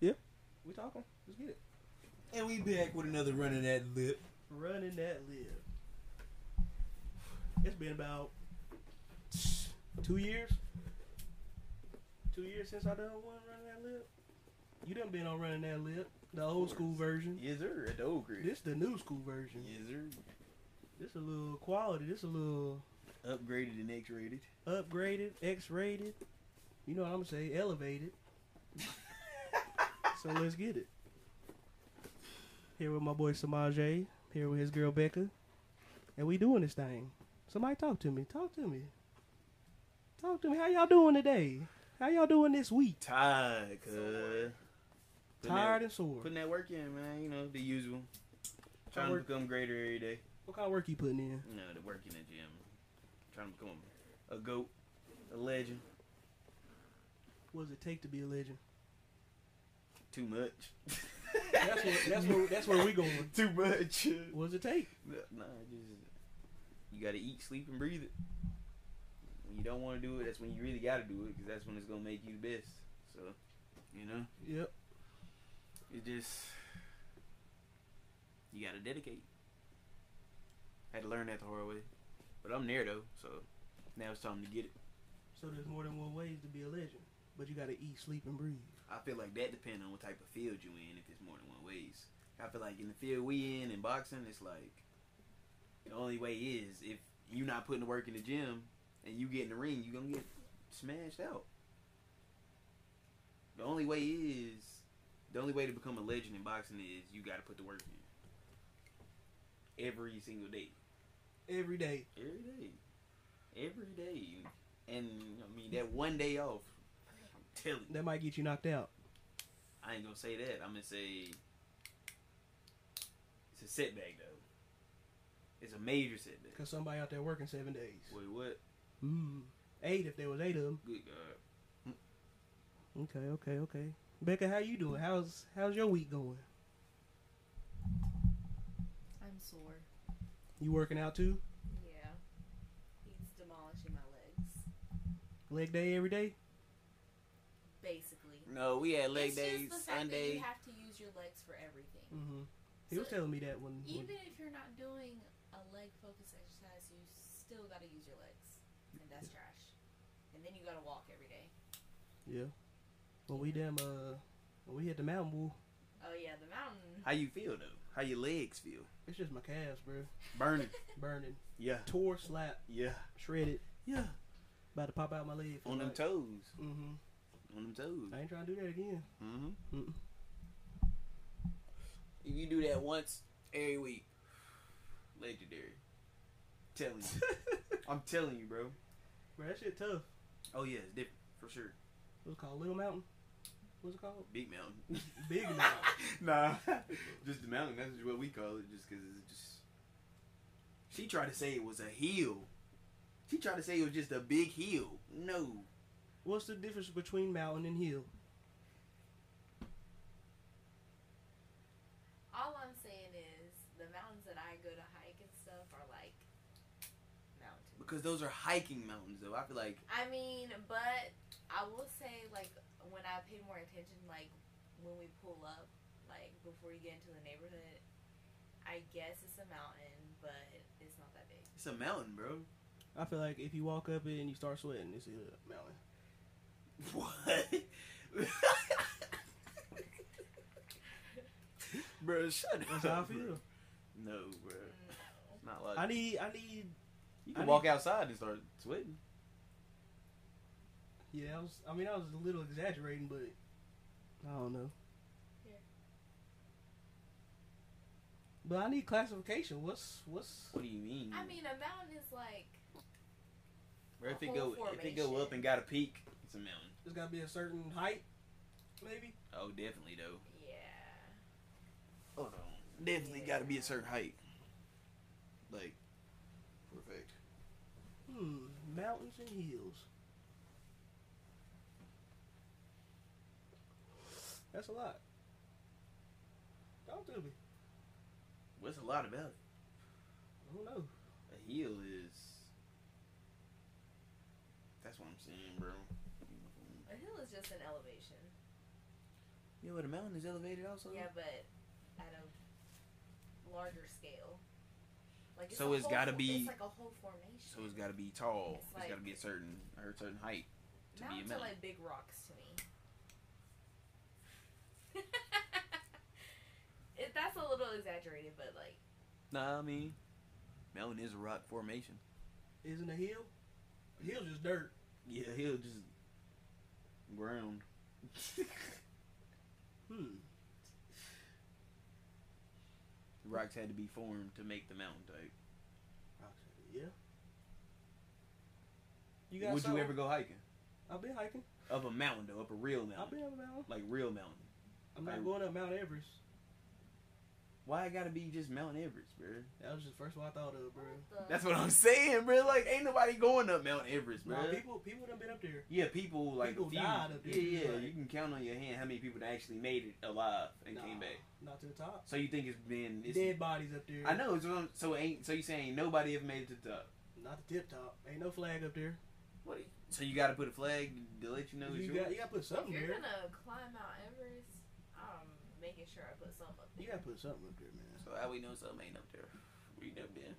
Yeah. We talking. Let's get it. And we back with another running that lip. Running that live. It's been about two years. Two years since I done one running that lip. You done been on running that lip, the old school version. Yes, sir. At the old crib. This the new school version. Yes, sir. This a little quality. This a little Upgraded and X-rated. upgraded, X-rated. You know what I'm gonna say? Elevated. so let's get it. Here with my boy Samaje. Here with his girl Becca, and we doing this thing. Somebody talk to me. Talk to me. Talk to me. How y'all doing today? How y'all doing this week? Tired, cuz. Tired and That, sore. putting that work in, man. You know the usual. Trying to work- become greater every day. What kind of work you putting in? You know the work in the gym. Trying to become a goat, a legend. What does it take to be a legend? Too much. That's what. That's where. That's where we going. Too much. What does it take? Nah, just you gotta eat, sleep, and breathe it. When you don't want to do it, that's when you really gotta do it, because that's when it's gonna make you the best. So, you know, Yep. it just you gotta dedicate. Had to learn that the hard way, but I'm there though, so now it's time to get it. So there's more than one ways to be a legend, but you got to eat, sleep, and breathe. I feel like that depends on what type of field you in. If it's more than one ways, I feel like in the field we in in boxing, it's like the only way is if you not putting the work in the gym and you get in the ring, you gonna get smashed out. The only way is the only way to become a legend in boxing is you got to put the work in every single day, Every day. every day, every day, and I mean that one day off. I'm telling you. That might get you knocked out. I ain't gonna say that. I'm gonna say it's a setback though. It's a major setback. Because somebody out there working seven days. Wait, what? Mm. Eight if there was eight of them. Good God. Okay, okay, okay. Becca, how you doing? How's how's your week going? I'm sore. You working out too? Yeah. He's demolishing my legs. Leg day every day? Basically. No, we had leg it's days, just the fact that Sunday. you have to use your legs for everything. Mm-hmm. He was So, telling me that when, Mm-hmm. when- Even if you're not doing a leg focused exercise, you still gotta use your legs. And that's trash. And then you gotta walk every day. yeah when we damn uh when we hit the mountain woo. Oh yeah, the mountain. How you feel though? How your legs feel? It's just my calves, bro, Burning. burning, yeah. tore, slap, Yeah. shredded, Yeah. about to pop out my leg. On them toes. Mm-hmm. On them toes. I ain't trying to do that again. Mm-hmm. Mm-mm. If you do that once every week, legendary. Telling you, I'm telling you, bro. Bro, that shit tough. Oh yeah, it's different for sure. What's it called? Little Mountain? What's it called? Big mountain. Big Mountain. nah, just the mountain. That's what we call it, just because it's just. She tried to say it was a hill. She tried to say it was just a big hill. No, What's the difference between mountain and hill? All I'm saying is the mountains that I go to hike and stuff are like mountains. because those are hiking mountains, though. I feel like I mean, but I will say, like, when I pay more attention, like, when we pull up, like, before you get into the neighborhood, I guess it's a mountain, but it's not that big. it's a mountain, bro. I feel like if you walk up it and you start sweating, it's a mountain. What? bro, shut That's up. how I bro. feel. No, bro. No. Not like I need, I need. you I can need- walk outside and start sweating. Yeah, I was. I mean, I was a little exaggerating, but I don't know. Yeah. But I need classification. What's what's? What do you mean? I mean, a mountain is like, bro, if a it go whole if it go formation. up and got a peak, it's a mountain. There's got to be a certain height, maybe. Oh, definitely though. yeah. Hold on. Definitely got to be a certain height. Like, perfect. Hmm. Mountains and hills. That's a lot. Don't do me. What's a lot about it? I don't know. A heel is. That's what I'm saying, bro. A hill is just an elevation. Yeah, but the mountain is elevated also. Yeah, but at a larger scale. Like So a it's whole gotta fo- be- It's like a whole formation. So it's got to be tall. It's it's got to like- be a certain or a certain height to be a Mountains mountain. are like big rocks to me. it, that's a little exaggerated, but like Nah, I mean, mountain is a rock formation. Isn't a hill? A hill's just dirt. Yeah, he'll just ground. Hmm. Rocks had to be formed to make the mountain type. Actually, yeah. You Would something? you ever go hiking? I've been hiking. Up a mountain though, up a real I've mountain, been up a mountain. like real mountain. I'm not I- going up Mount Everest. Why it gotta be just Mount Everest, bro? That was just the first one I thought of, bro. the- That's what I'm saying, bro. Like, ain't nobody going up Mount Everest, bro. Nah, people people done been up there. yeah, people like people a few. died up there, yeah, yeah. like- you can count on your hand how many people that actually made it alive and Nah, came back. Not to the top. So you think it's been? It's, Dead bodies up there. I know. It's, so ain't. So you saying nobody ever made it to the top? Not the tip top. Ain't no flag up there. What? So you got to put a flag to let you know it's you yours? got you got to put If something you're there. gonna climb Mount Everest, I'm making sure I put something up You there. got to put something up there, man. So how we know something ain't up there? We never been.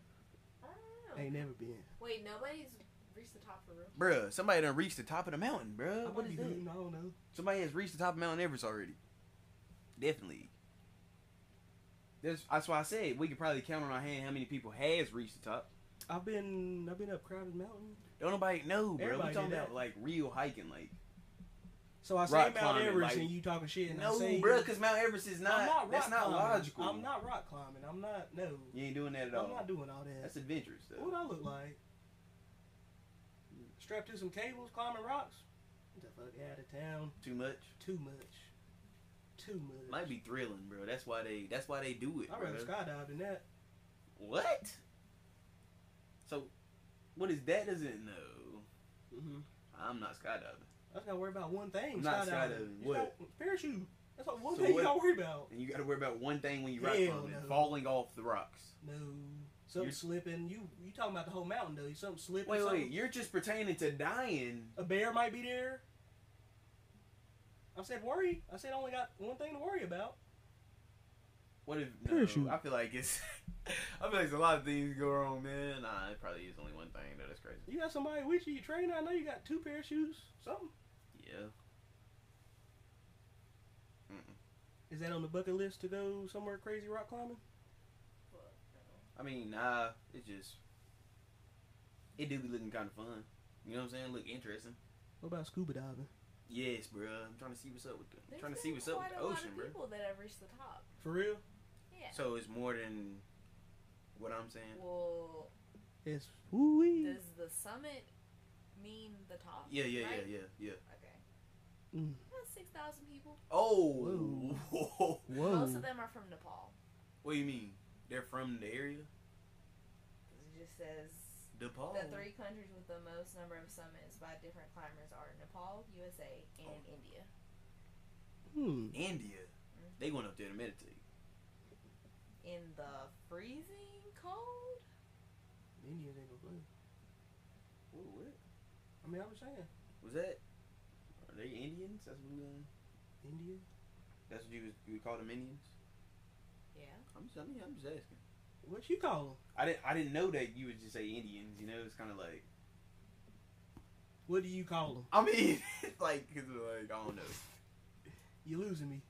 I don't know. Ain't never been. Wait, nobody's reached the top for real. Bruh, somebody done reached the top of the mountain, bruh. I Uh, might What is be that? hooting, I don't know. Somebody has reached the top of Mount Everest already. Definitely. That's, that's why I said we could probably count on our hand how many people has reached the top. I've been I've been up Crowded Mountain. Don't nobody know, bro. Everybody we talking did that. about like real hiking, like So I say Rock Mount climbing, Everest like- and you talking shit. And I no, say, bruh, because Mount Everest is not, I'm not rock that's not climbing. logical. I'm not rock climbing. I'm not no. You ain't doing that at I'm all. not doing all that. That's adventurous though. What I look like? Strapped to some cables, climbing rocks. Get the fuck out of town. Too much. Too much. Too much. Might be thrilling, bro. That's why they. That's why they do it. I'd rather bruh. skydive than that. What? So, what is that? Doesn't know. Mm-hmm. I'm not skydiving, I just gotta worry about one thing. I'm not skydiving. skydiving. You What? got- Parachute. That's all one So thing what- you gotta worry about. and you got to worry about one thing when you rock Hell climbing: no. falling off the rocks. No. Something You're- slipping. You you talking about the whole mountain though? You something slipping? Wait, something- wait, you're just pertaining to dying. A bear might be there. I said worry. I said I only got one thing to worry about. What if? No, Parachute. I feel like it's. I feel like there's a lot of things go wrong, man. Nah, it probably is only one thing though. That's crazy. You got somebody with you. You train. I know you got two pair of shoes. Something. Yeah. Mm-mm. Is that on the bucket list to go somewhere crazy rock climbing? Fuck, no. I mean, nah. It's just. It do be looking kind of fun. You know what I'm saying? Look interesting. What about scuba diving? Yes, bro. I'm trying to see what's up with the. There's trying to been see what's up with quite the a lot of ocean, bro. people that have reached the top. For real? Yeah. So it's more than what I'm saying. Well, It's woo does the summit mean the top? Yeah, yeah, yeah, right? yeah, yeah. Okay. Mm. About six thousand people. Oh, Most of them are from Nepal. what do you mean? They're from the area, 'Cause It just says Oh. DePaul. the three countries with the most number of summits by different climbers are Nepal, USA, and Oh. India. Hmm. India. Mm-hmm. They going up there to meditate. In the freezing cold. Indians ain't gonna play. Whoa, what I mean, I was saying was that? Are they Indians? That's what we. Um, India. that's what you was- you would call them Indians. Yeah. I'm just, I mean, I'm just asking. What you call them? I didn't I didn't know that you would just say Indians. You know, it's kind of like What do you call them? I mean, like 'cause, like I don't know. You losing me?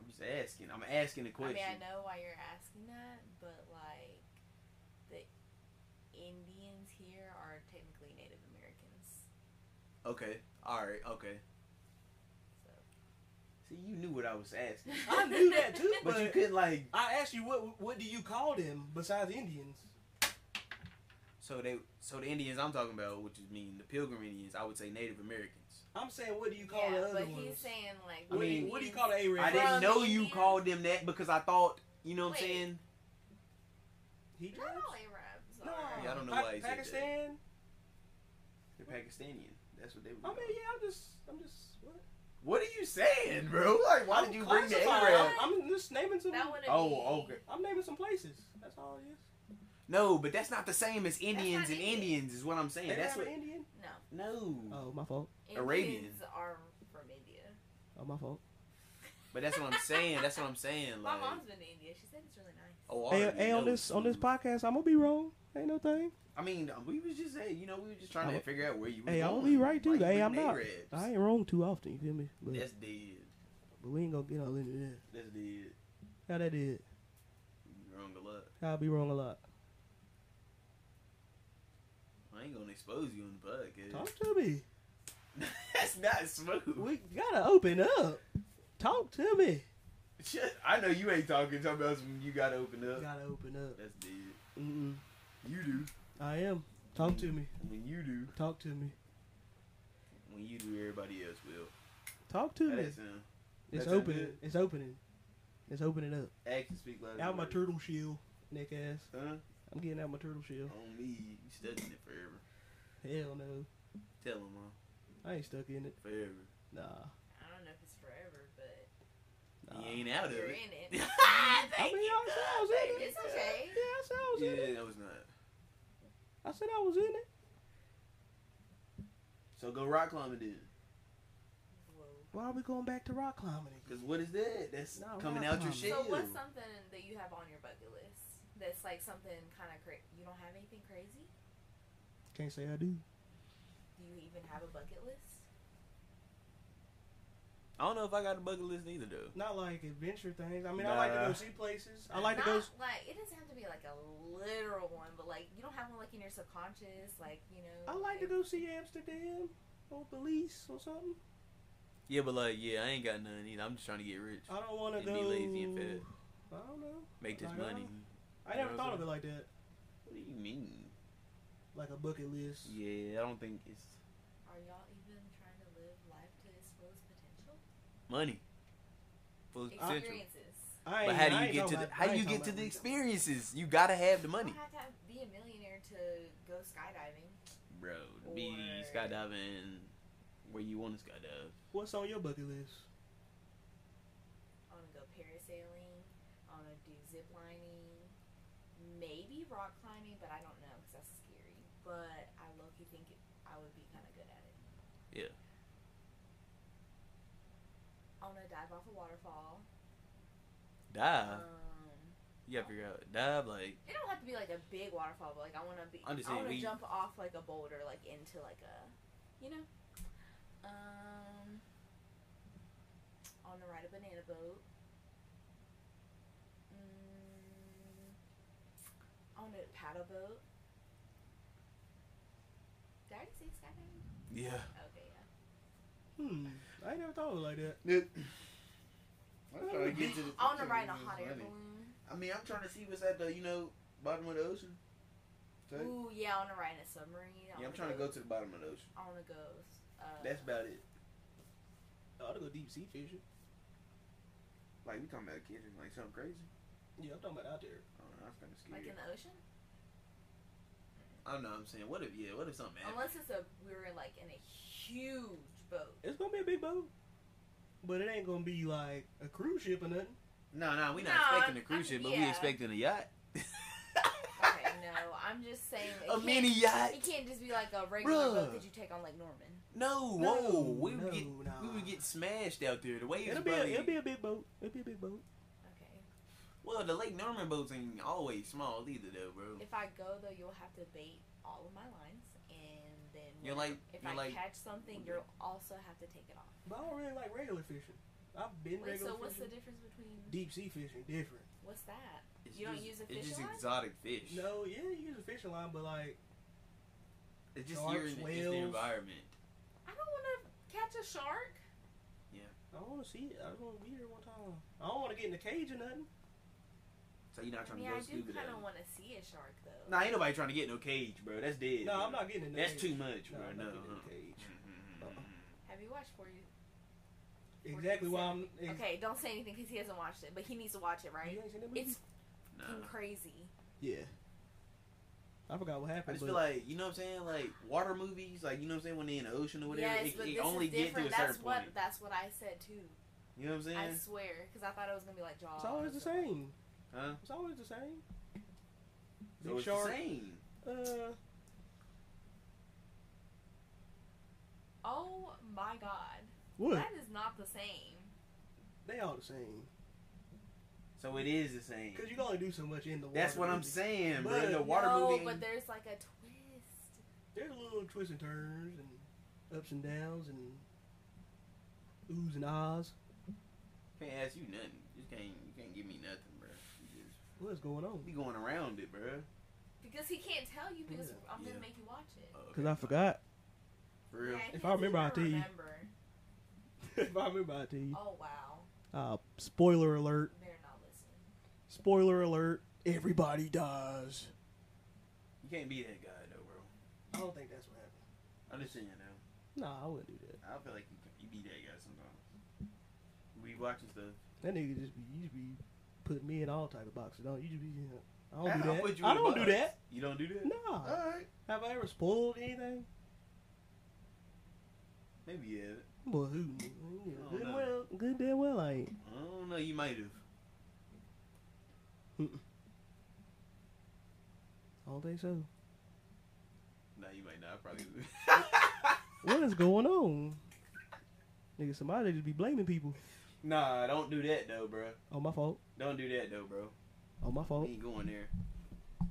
I'm just asking. I'm asking a question. I mean, I know why you're asking that, but like the Indians here are technically Native Americans. Okay. All right. Okay. So. See, you knew what I was asking, I knew that too, but, but you couldn't like. I asked you what what do you call them besides Indians? So they, so the Indians I'm talking about, which is mean the Pilgrim Indians, I would say Native Americans. I'm saying what do you call yeah, the other but ones? he's saying like. I mean, Indians- what do you call the Arab? I didn't From know you India? called them that because I thought, you know what I'm Wait. saying? He Not drives? all Arabs. No, are. Yeah, I don't know Pa- why he said that. Pakistan. They're Pakistani. That's what they were. I mean, yeah, I'm just, I'm just. What? What are you saying, bro? Like, why I'm did you bring the classified. Arab? I'm I'm just naming some. That wouldn't Oh, be- okay. I'm naming some places. That's all it is. No, but that's not the same as Indians not and Indian. Indians is what I'm saying. They that's have what. an Indian. No. No. Oh, my fault. Indians Arabian. are from India. Oh, my fault. But that's what I'm saying. That's what I'm saying. My Like, mom's been to India. She said it's really nice. oh, I Hey, already hey, on know this on this food. podcast, I'm gonna be wrong. Ain't no thing. I mean, we was just hey, you know, we were just trying I'ma- to figure out where you. Hey, was I'ma going. be right too. Why you Hey, I'm putting not- A-Rabs? I ain't wrong too often. You feel me? But, That's dead. but we ain't gonna get all into that. That's dead. How that is? You Wrong a lot. I'll be wrong a lot. I ain't gonna expose you on the podcast. Talk to me. That's not smooth. We gotta open up. Talk to me. Shit, I know you ain't talking. Talking about something you gotta open up. Gotta open up. That's dead. Mm-mm. You do. I am. Talk to me. When you do. Talk to me. When you do, everybody else will. Talk to That me. ain't sound. It's that sound opening. good? It's opening. It's opening up. Action speak louder. Out my turn. turtle shell, neck ass. Huh? I'm getting out my turtle shell. On me. You stuck in it forever. Hell no. Tell him, mom. I ain't stuck in it. Forever. Nah. I don't know if it's forever, but nah. You ain't out of you're it. in it. I mean, I Thank mean, you, I said I was God. in it. It's okay. Yeah, I said I was Yeah, in it. that was not. I said I was in it. So go rock climbing then. Whoa. Why are we going back to rock climbing? again? Cause what is that? That's No, coming rock out your climbing. shit. So what's something that you have on your bucket list? That's like something kind of crazy. You don't have anything crazy? Can't say I do. Do you even have a bucket list? I don't know if I got a bucket list either though. Not like adventure things. I mean, I like to Nah. go see places. I like to go. Not like it doesn't have to be like a literal one, but like you don't have one like in your subconscious, like you know. I like to go see Amsterdam or Belize or something. Yeah, but like, yeah, I ain't got none either. I'm just trying to get rich, I don't want to And go. be lazy and fat. I don't know. make this Like, uh-huh. I money. I You never know thought what of it like that. What do you mean? Like a bucket list. Yeah, I don't think it's Are y'all even trying to live life to its fullest potential? money. Full potential. Experiences. I But ain't- how do I you ain't get talking to the about- I how do ain't you talking get to about the me. experiences? You gotta have the money, You don't have to have- be a millionaire to go skydiving. bro. to Be Or- skydiving where you want to skydive. What's on your bucket list? I want to go parasailing. I want to do zip lining. Maybe rock climbing, but I don't know because that's scary. But I low key think it, I would be kind of good at it. Yeah. I want to dive off a waterfall. Dive. Um, You gotta figure out dive like it don't have to be like a big waterfall, but like I want to be. I'm i just saying want to we- jump off like a boulder, like into like a, you know. Um. I want to ride a banana boat. Mm, I want to paddle boat. Did I already say skydiving? yeah. Okay, yeah. Hmm. I ain't never thought of it like that. I'm trying to get to the I want to future ride in a with this hot air money. balloon. I mean, I'm trying to see what's at the you know bottom of the ocean. Okay? Ooh, yeah, I want to ride in a submarine. I Yeah, I'm wanna trying to go to the bottom of the ocean. I want to go. Uh, That's about it. I ought to go deep sea fishing. Like we talking about kidding, like something crazy. Yeah, I'm talking about out there. I don't know, that's kind of Like scary. in the ocean. I don't know. I'm saying, what if yeah, what if something happened? Unless it's a we were like in a huge boat. It's gonna be a big boat, but it ain't gonna be like a cruise ship or nothing. No, no, we not No, expecting a I- cruise I- ship, but we yeah. expecting a yacht. Okay, no, I'm just saying. It a can't- mini yacht. It can't just be like a regular Bruh. boat that you take on like Norman. No, No, whoa, we would no, get nah. we would get smashed out there. The waves It'll be, a, probably it'll be a big boat. It'll be a big boat. Okay. well, the Lake Norman boats ain't always small either, though, bro. If I go though, you'll have to bait all of my lines, and then You're when- like- if you're I like- catch something, you'll also have to take it off. But I don't really like regular fishing. I've been Wait, regular so what's the fishing. difference between deep sea fishing different? what's that? It's You don't just, use a It's fish just line? exotic fish. No, yeah, you use a fishing line, but like it's just sharks, your it's the whales. environment. I don't want to catch a shark. I want to see it. I just want to be there one time. I don't want to get in the cage or nothing. So you're not I trying mean, to go I do scuba kind diving. of want to see a shark though. Nah, ain't nobody trying to get in no cage, bro. That's No, dead. bro. mm-hmm. I'm not getting in. the That's cage. too much, No, bro. I'm No. not getting in uh-uh. the cage. Uh-uh. Have you watched For You? Exactly why I'm. ex- Okay, don't say anything because he hasn't watched it, but he needs to watch it, right? You ain't seen that movie? It's Nah. fucking crazy. yeah. I forgot what I happened. just But feel like you know what I'm saying, like water movies, like you know what I'm saying when they in the ocean or whatever, yes, it, but it this only is get to a different. That's certain what point. that's what I said too. You know what I'm saying? I swear, because I thought it was gonna be like Jaws. it's always the same. Huh? It's always the same. So Big it's shark. the same. Uh, Oh my god, what? Oh that is not the same. They all the same. So it is the same. Cause you can only do so much in the water. That's what I'm really. saying, bro. But- The water no, movie. but there's like a twist. There's little twists and turns and ups and downs and oohs and ahs. Can't ask you nothing. You can't. You can't give me nothing, bro. You just What's going on? be going around it, bro. Because he can't tell you because Yeah. I'm Yeah. gonna make you watch it. Oh, Cause okay, I forgot. For real. Yeah, If he I remember, I'll doesn't tell you. remember. if I remember, I tell you. Oh wow, Uh, spoiler alert! they're not listening. Spoiler alert! Everybody dies. You can't be that guy though, bro. I don't think that's what happened. I'm just saying though. Nah, I wouldn't do that. I feel like you, can- you be that guy sometimes. We watching stuff. That nigga just be you just be putting me in all type of boxes. Don't you just be? You know, I don't I'll do put that. you I in a don't do box. that. You don't do that. Nah. All right. Have I ever spoiled anything? Maybe you have. it. Boy, who? knew? I don't Good know. well, good damn well I ain't. I don't know. You might have. I don't think so. No, you might not. I Probably. What is going on? Nigga, somebody just be blaming people. nah, don't do that though, bro. Oh, my fault. Don't do that though, bro. Oh, my We fault. ain't going there.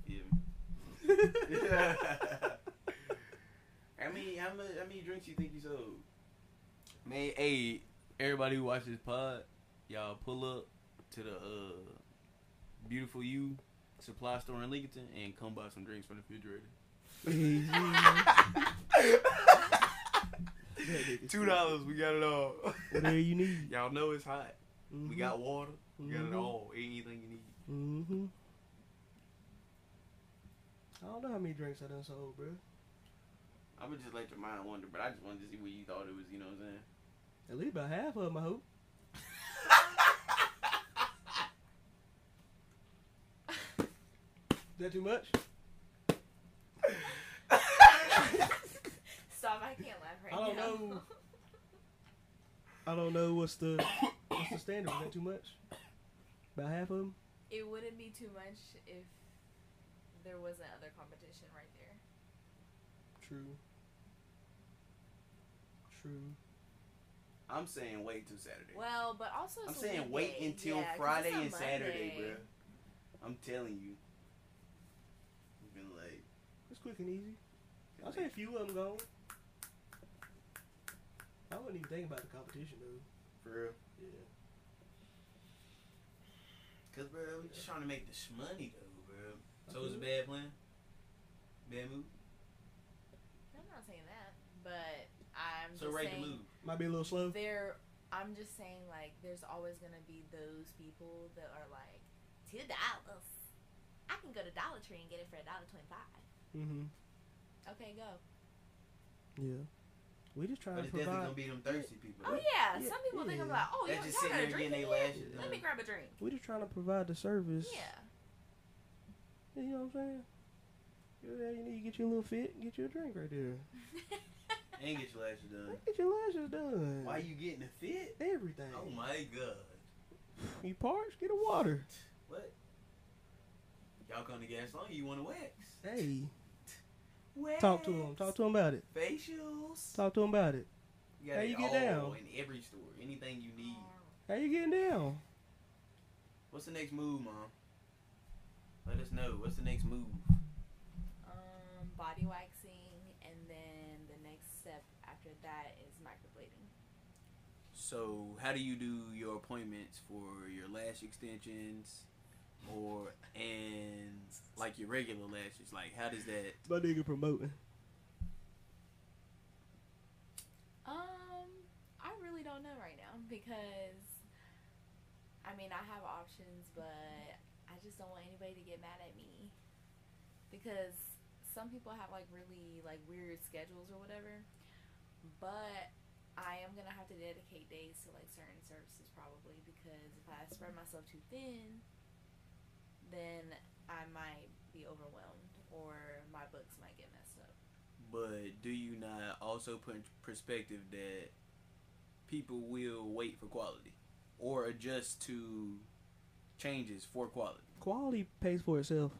Yeah. I mean, how many, how many drinks you think you sold? Man, hey, everybody who watches this pod, y'all pull up to the uh, beautiful you supply store in Lincoln and come buy some drinks from the refrigerator. Hey, yeah. That nigga Two dollars, we got it all. Whatever you need. y'all know it's hot. Mhm. We got water. We got it Mhm. all. Anything you need. Mm-hmm. I don't know how many drinks I done sold, bro. I would just let your mind wander, but I just wanted to see what you thought it was. You know what I'm saying? At least about half of them, I hope. Is that too much? Stop! I can't laugh right I don't now. know. I don't know what's the what's the standard. Is that too much? About half of them. it wouldn't be too much if there wasn't other competition right there. True. True. I'm saying wait till Saturday. Well, but also I'm it's a saying wait weekday. until Yeah, 'cause it's Friday on and Saturday, Monday. bro. I'm telling you. I've been like, It's quick and easy. I'll say a few of them gone. I wasn't even thinking about the competition though. for real. Yeah. Cause bro, we just trying to make this money though, bro. So it was a Mm-hmm. Mhm. bad plan. Bad move. I'm not saying that, but I'm So just right to saying move. Might be a little slow. there I'm just saying like there's always gonna be those people that are like two dollars. I can go to Dollar Tree and get it for a dollar twenty five. Mm-hmm. Okay, go. Yeah. We just trying But to it's definitely gonna provide. be them thirsty people. Oh yeah, Yeah, some people think I'm yeah. like, oh, They y'all, just y'all sitting got a there drink getting uh, in their here? lashes Let done. me grab a drink. We just trying to provide the service. Yeah, You know what I'm saying? You, know, you need to get your little fit, get you a drink right there. And get your lashes done. Get your lashes done. Why you getting a fit? Everything. Oh my god. You parched? Get a water. What? Y'all come to gas long, you wanna wax. Hey. wax. Talk to him. Talk to him about it. facials. Talk to him about it. You got How it you get all down? in every store. Anything you need. How you getting down? What's the next move, mom? Let us know. What's the next move? um, body waxing, and then the next step after that is microblading. So, how do you do your appointments for your lash extensions, or and like your regular lashes? Like, how does that? My nigga promoting. Um, I really don't know right now because I mean, I have options, but I just don't want anybody to get mad at me because some people have like really like weird schedules or whatever. But I am going to have to dedicate days to like certain services probably because if I spread myself too thin, then I might be overwhelmed or my books might get messed up. But do you not also put in perspective that people will wait for quality or adjust to changes for quality? Quality pays for itself.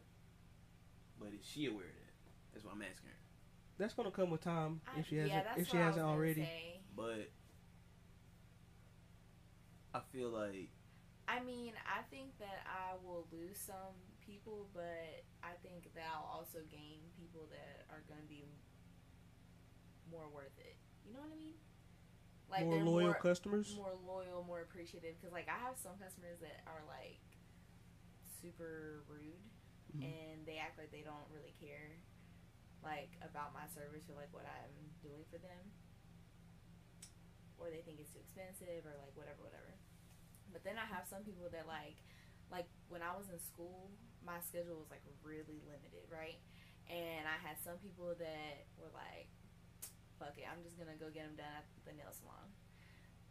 But is she aware of that? That's what I'm asking her. That's gonna come with time I- if she yeah, hasn't that's if she what I was hasn't gonna already. say. But I I feel like I mean, I think that I will lose some people, but I think that I'll also gain people that are going to be more worth it. You know what I mean? more they're loyal more, customers. more loyal, more appreciative. Because like I have some customers that are like super rude, Mhm. and they act like they don't really care like about my service or like what I'm doing for them, or they think it's too expensive or like whatever, whatever. But then I have some people that like, like when I was in school, my schedule was like really limited, right? And I had some people that were like, "Fuck it, I'm just gonna go get them done at the nail salon."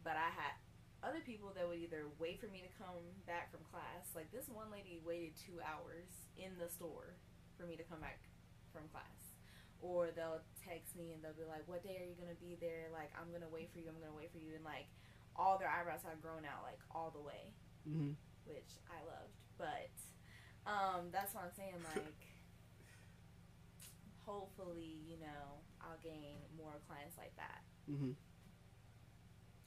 But I had other people that would either wait for me to come back from class. Like this one lady waited two hours in the store for me to come back from class. Or they'll text me and they'll be like, What day are you gonna be there? Like, I'm gonna wait for you, I'm gonna wait for you and like all their eyebrows have grown out like all the way, Mhm. which I loved. But um that's what I'm saying, like hopefully, you know, I'll gain more clients like that. Mhm.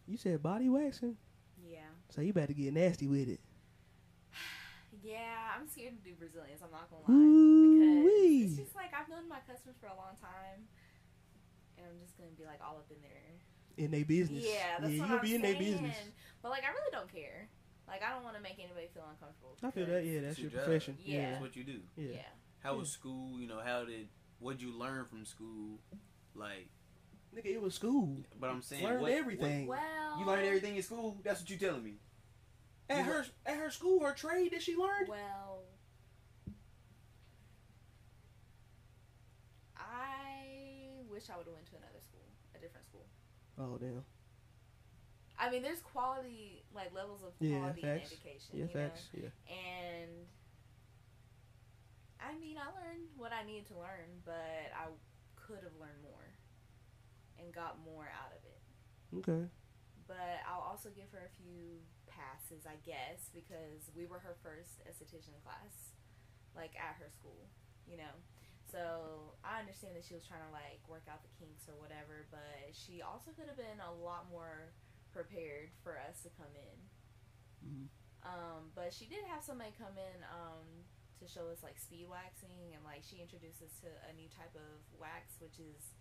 You said body waxing, Yeah. so you better get nasty with it. Yeah, I'm scared to do Brazilians. I'm not gonna lie Ooh-wee. because it's just like I've known my customers for a long time, and I'm just gonna be like all up in there. In their business. Yeah, that's yeah, what you I'm be in saying. their business. But like, I really don't care. Like, I don't want to make anybody feel uncomfortable. I feel that. because- Yeah, that's your your job. profession. Yeah. that's what you do. Yeah. Yeah. How Yeah. was school? You know, how did what'd you learn from school? Like, Nigga, it was school. but I'm saying Learn what- what- everything. Well, you learned everything in school. That's what you telling me. At her at her school, her trade that she learned. Well, I wish I would have went to another school, a different school. Oh damn. I mean, there's quality, like levels of Yeah, quality in facts. education. Yeah, you know? facts. Yeah. and I mean, I learned what I needed to learn, but I could have learned more and got more out of it. Okay. But I'll also give her a few passes, I guess, because we were her first esthetician class, like at her school, you know. So I understand that she was trying to like work out the kinks or whatever, but she also could have been a lot more prepared for us to come in. Mhm. Um, but she did have somebody come in um, to show us like speed waxing, and like she introduced us to a new type of wax, which is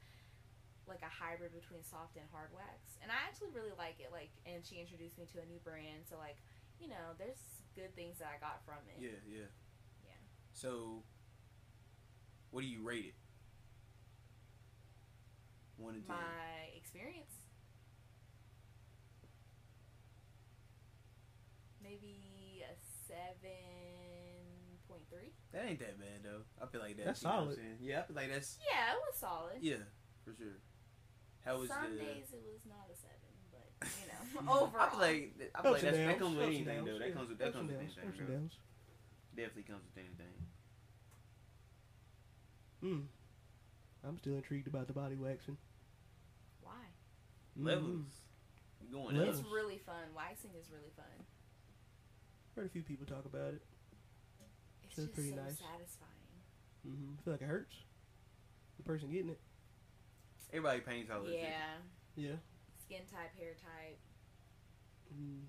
like a hybrid between soft and hard wax. And I actually really like it. Like, and she introduced me to a new brand, so like you know, there's good things that I got from it. Yeah, yeah, Yeah. So, what do you rate it? One to ten. My experience, maybe a seven point three. That ain't that bad though. I feel like that. That's you know solid. what I'm saying? Yeah, I feel like that's Yeah, it was solid. yeah for sure. How was Some the? days it was not a seven, but you know, overall. I feel like I feel Ups like and that's, that downs, comes with ups and anything though. downs, That yeah. comes with that Ups and comes with downs, ups anything. and Bro. downs. Definitely comes with anything. Mm. I'm still intrigued about the body waxing. why? Mhm. Levels. You going Levels. It's really fun. Waxing is really fun. Heard a few people talk about it. It's Sounds just pretty so nice. satisfying. hmm I feel like it hurts. The person getting it. up? Everybody pain tolerance. is Yeah, Yeah. skin type, hair type. Mm.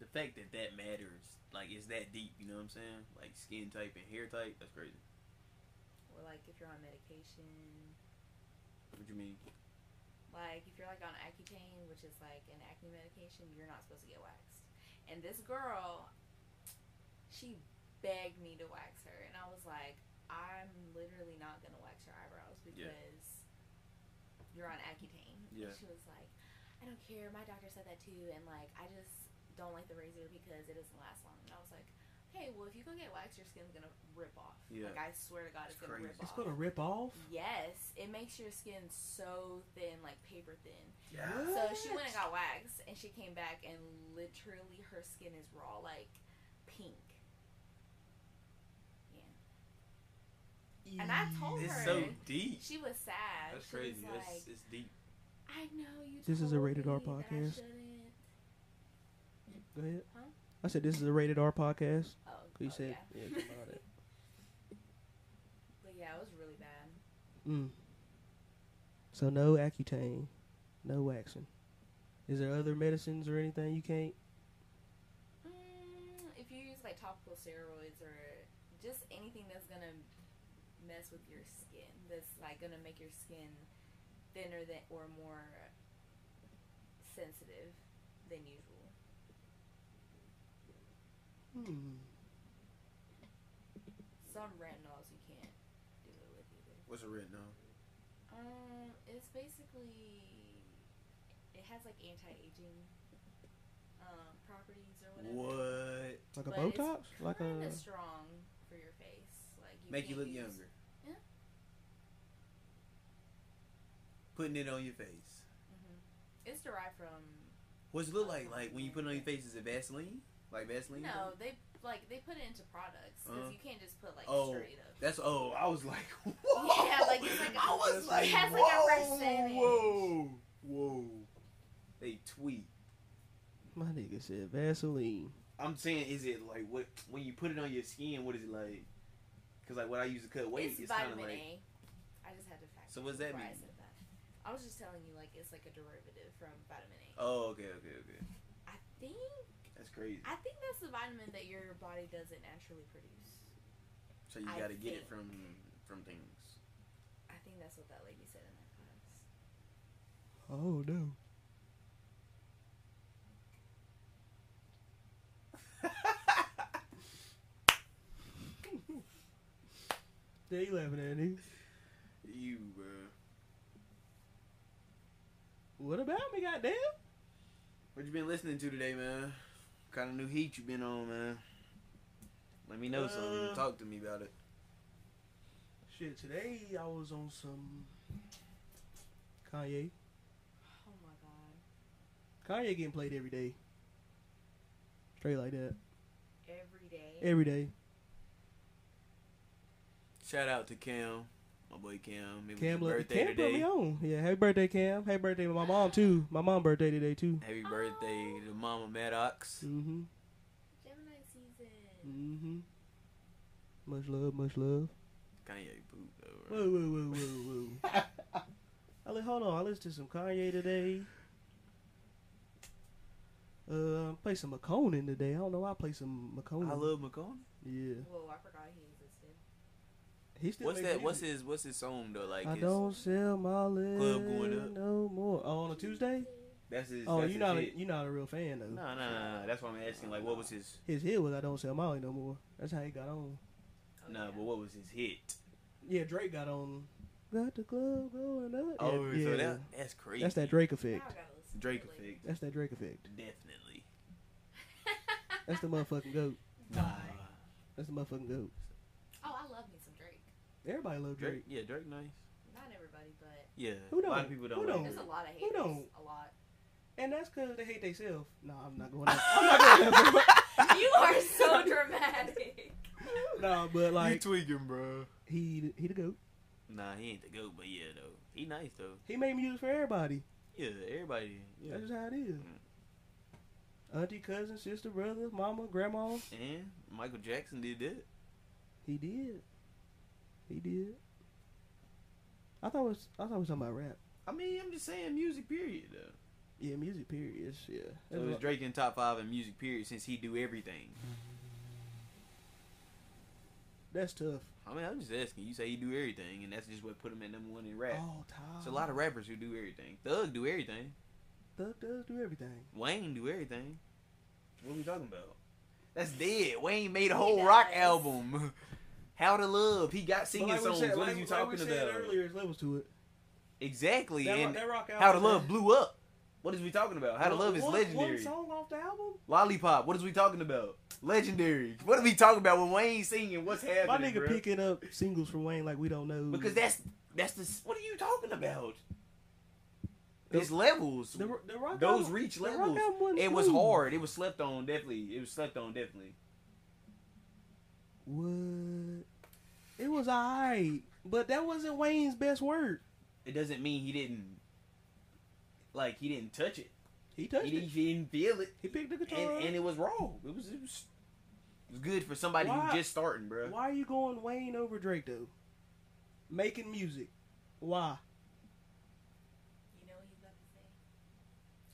the fact that that matters, like it's that deep, you know what I'm saying? Like skin type and hair type, that's crazy. Or like if you're on medication, What you mean? like if you're like on Accutane, which is like an acne medication, you're not supposed to get waxed. And this girl, she begged me to wax her, and I was like, I'm literally not gonna wax your eyebrows Yeah. because you're on Accutane. Yeah. And she was like, I don't care. My doctor said that too, and like I just don't like the razor because it doesn't last long. And I was like, Hey, well if you go get waxed, your skin's gonna rip off. Yeah. Like I swear to God, It's it's, gonna crazy. rip It's off. gonna rip off. Yes, it makes your skin so thin, like paper thin. Yeah. So she went and got waxed, and she came back, and literally her skin is raw, like pink. And I told It's her so deep. she was sad. That's she crazy. Was like, That's it's deep. I know you. This is a told rated R me that I podcast. shouldn't." Go ahead. Huh? I said this is a rated R podcast. Oh, You oh, said yeah. yeah, come on it. But yeah, it was really bad. Mm. So no Accutane, no waxing. Is there other medicines or anything you can't? Mm, if you use like topical steroids or just anything that's gonna mess with your skin, that's like gonna make your skin thinner than or more sensitive than usual. Hmm. Some retinols you can't do it with either. What's a retinol? Um, it's basically it has like anti-aging um, properties or whatever. What? Like a But it's Botox? Like kinda a strong for your face. Like you Make you look can't use- younger. Yeah. Putting it on your face. Mhm. It's derived from What's it look like? Like when you put it on your face, is it Vaseline? Like Vaseline? no, they like they put it into products because Uh-huh. you can't just put like Oh. straight up. That's oh, I was like, whoa. Yeah, like, it's like a- I was it like, has like a whoa, percentage. whoa, whoa. They tweet. my nigga said Vaseline. I'm saying, is it like what when you put it on your skin? What is it like? Because like what I use to cut weight, it's, it's kind of vitamin like A. I just had to fact. So what does that check before I mean? said that. I was just telling you like it's like a derivative from vitamin A. I oh, okay, okay, okay. think That's crazy. I think that's the vitamin that your body doesn't naturally produce. So you I got to get it think- from from things. I think that's what that lady said in that class. Oh no. Yeah, you laughing at me. you, uh, bro. What about me, goddamn? What you been listening to today, man? What kind of new heat you been on, man? Let me know something. Uh, Talk to me about it. Shit, today I was on some Kanye. Oh my god. Kanye getting played every day. Straight like that. Every day. Every day. Shout out to Cam, my boy Cam. It was Cam, his look, birthday Cam put today. me on. Yeah, happy birthday, Cam. Happy birthday to my mom too. My mom birthday today too. Happy birthday to Mama Maddox. Mm-hmm. Gemini season. Mm-hmm. Much love, much love. Kanye poop though. Whoa, Right? whoa, whoa, whoa, whoa. I li- hold on, I listened to some Kanye today. Uh, play some McConan today. I don't know. why I play some McConan. I love McCone. Yeah, Mm. Whoa, I forgot he existed. he still. What's making that? What's music. his? What's his song though? Like I his, don't sell my Club going up. land no more. Oh, on a Tuesday. That's his. Oh, that's you're not. his A, hit. you're not a real fan though. No, no, no, no. That's why I'm asking. Like, what was his? His hit was "I Don't Sell Molly No More." That's how he got on. Oh, No, yeah. but what was his hit? Yeah, Drake got on. Got the club going up. Oh, yeah, so yeah. that that's crazy. that's that Drake Now I effect. gotta listen to Drake it later. effect. That's that Drake effect. Definitely. That's the motherfucking goat. Bye. That's the motherfucking goat. Oh, I love me some Drake. Everybody love Drake. Drake. Yeah, Drake. Nice. Not everybody, but Yeah. Who A lot don't? of people Who don't. like don't? there's a Drake. lot of haters. Who don't? A lot. And that's because they hate themselves. No, I'm not going. There. I'm not going. There, You are so dramatic. bro. no, but you like tweaking, bro. he he the goat. Nah, he ain't the goat, but yeah, though. He nice though. He made music for everybody. Yeah, everybody. Yeah. That's just how it is. Mm. Auntie, cousin, sister, brother, mama, grandma. And Michael Jackson did that. He did. He did. I thought it was I thought we was talking about rap. I mean, I'm just saying music period though. Yeah, music periods. Yeah. So That's it's what- Drake in top five in music period since he do everything. that's tough. I mean, I'm just asking. You say he do everything, and that's just what put him at number one in rap. All time. It's a lot of rappers who do everything. Thug do everything. Thug does do everything. Wayne do everything. What are we talking about? That's dead. Wayne made a He whole rock does. album. How to Love. He got But singing like we songs. said- what like- are you like we talking said about? Earlier, there's levels to it. Exactly. That, rock, and that rock album. How to Love blew up. What is we talking about? How to One- Love is one- One legendary. song off the album. Lollipop. What is we talking about? Legendary. What are we talking about when Wayne singing? What's happening? My nigga bruh? picking up singles from Wayne like we don't know. Because that's that's the what are you talking about? The- It's levels. the, the rock Those album- reach the rock levels. album wasn't It was smooth. hard. It was slept on definitely. It was slept on definitely. What? It was alright, but that wasn't Wayne's best work. It doesn't mean he didn't like he didn't touch it. He touched He, it. didn't, he didn't feel it. He picked the guitar. And, and it was raw. It was it was, it was good for somebody Why- who's just starting, bro. Why are you going Wayne over Drake though? Making music. Why? You know what he's about to say?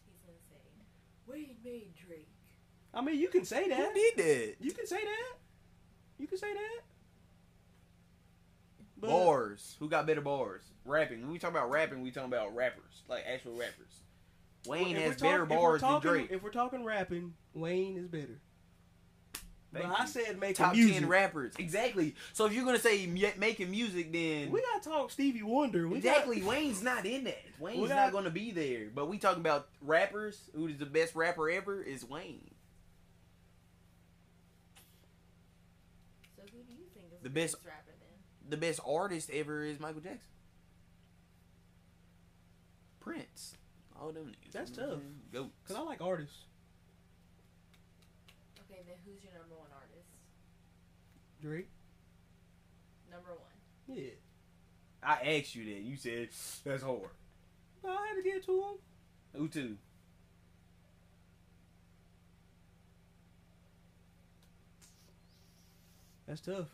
He's gonna say we made Drake. I mean, you can say that. Who did that? You can say that. You can say that. But bars. Who got better bars? Rapping. When we talk about rapping, we talking about rappers, like actual rappers. Wayne if we're has talk- better if we're bars than talking- Drake. If we're talking rapping, Wayne is better. Thank but I you. said making Top music. ten rappers, exactly. So if you're gonna say mu- making music, then We gotta talk Stevie Wonder. We gotta- exactly Wayne's not in that. Wayne's got- not gonna be there. But we talking about rappers. Who is the best rapper ever? Is Wayne So who do you think is The best- rapper then? the best artist ever? Is Michael Jackson? Prince. All them niggas. That's You know what tough. I'm saying? Cause Goats. I like artists. Okay, then who's your number one artist? Drake. Number one. Yeah. I asked you that. You said that's hard. No, I had to get to him. Who too? That's tough.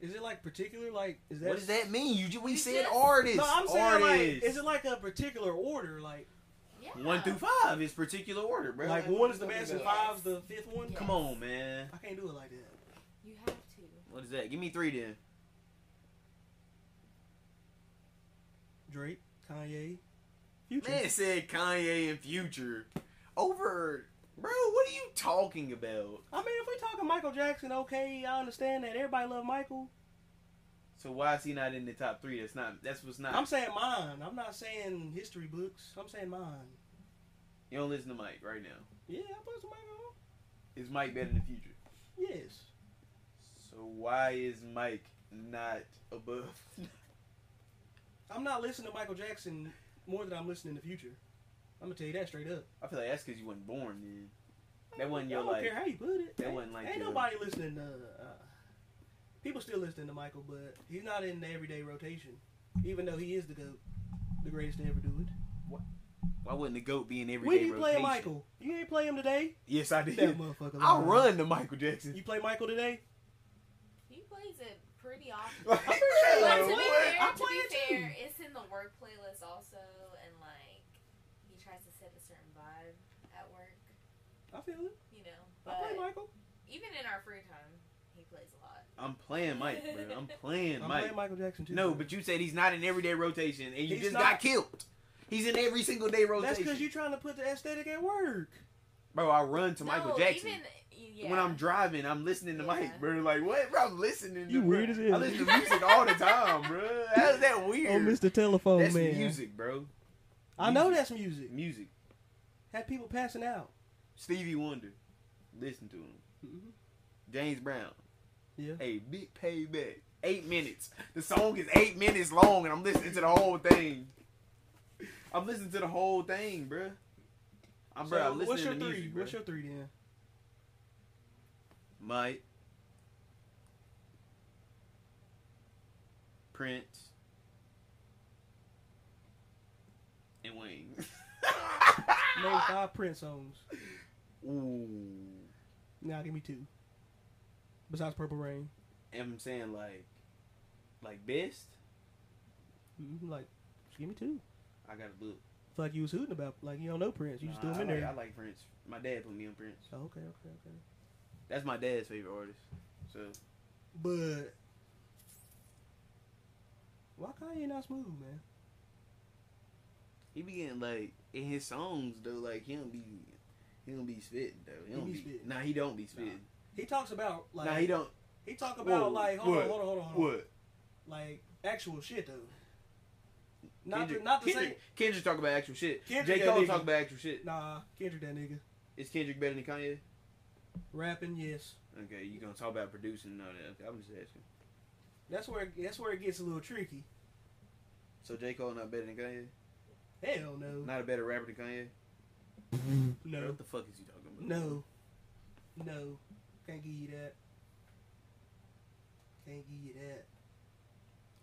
Is it like particular? Like is that? What does that mean? You ju- we You said just- artists. No, I'm saying artists. like, is it like a particular order? Like, Yeah. one through five is particular order, bro. like what one you is the talking best and about? Yeah. five's the fifth one? Yeah. Come on, man. I can't do it like that. You have to. What is that? Give me three then. Drake, Kanye, Future. Man said Kanye and Future over, bro. What are you talking about? I mean, if we're talking Michael Jackson, okay, I understand that everybody love Michael. So why is he not in the top three? That's not. That's what's not. I'm saying mine. I'm not saying history books. I'm saying mine. you don't listen to Mike right now. Yeah, I put some Michael. on. Is Mike better than Future? Yes, So why is Mike not above? I'm not listening to Michael Jackson more than I'm listening to Future. I'm gonna tell you that straight up. I feel like that's because you weren't born then. That wasn't I your don't like. care how you put it. that Ain't- wasn't like Ain't your- nobody listening to. Uh, people still listening to Michael, but he's not in the everyday rotation. Even though he is the goat, the greatest to ever do it. Why wouldn't the goat be in every When day you play rotation? Michael, you ain't play him today. Yes, I That did. motherfucker. I lied. run to Michael Jackson. You play Michael today? He plays it pretty often. Like, pretty sure I play bro, But to be what? it. fair, I to play be it fair, too. it's in the work playlist also, and like he tries to set a certain vibe at work, I feel it. you know. I play But Michael. even in our free time, he plays a lot. I'm playing Mike, bro. I'm playing I Mike. play Michael Jackson too. No, bro. but you said he's not in everyday rotation, and you He's just not. got killed. He's in every single day that's rotation. because you trying to put the aesthetic at work. bro, I run to Michael No, Jackson. Even, yeah. When I'm driving, I'm listening to Yeah. Mike, bro. Like, what, bro? I'm listening to You bro. weird as hell. I listen to music all the time, bro. How's that weird? Telephone That's music, bro. I know that's music. Music. Had people passing out. Stevie Wonder. Listen to him. James Brown. Yeah. Hey, big payback. Eight minutes. The song is eight minutes long, and I'm listening to the whole thing. I'm listening to the whole thing, bruh. I'm, So, bruh, I'm listening what's your to three? music, bruh. What's your three then? Mike, Prince, and Wayne. Name five Prince songs. Ooh, Now give me two. Besides Purple Rain, I'm saying like, like best. Mhm, like just give me two. I gotta look. It's like you was hooting about like you don't know Prince. You just Nah, threw him in I like, there. I like Prince. My dad put me on Prince. Oh, okay, okay, okay. That's my dad's favorite artist. So But why Kanye not smooth, man? he be getting like in his songs though, like he don't be he don't be spitting though. He don't be be, spitting. nah he don't be spitting. He talks about Nah, like he don't he talk about Whoa, like hold what? on, hold on, hold on, hold on. what? Like actual shit though. Not Kendrick, the, not the Kendrick, Kendrick talk about actual shit. Kendrick J. that Cole nigga. talk about actual shit. same. Nah, Kendrick that nigga Is Kendrick better than Kanye? rapping. Yes, Okay, you gonna talk about producing and all that. Okay, I'm just asking. that's where that's where it gets a little tricky. So J. Cole not better than Kanye? Hell no, Not a better rapper than Kanye? no, What the fuck is you talking about? no, no. Can't give you that. Can't give you that.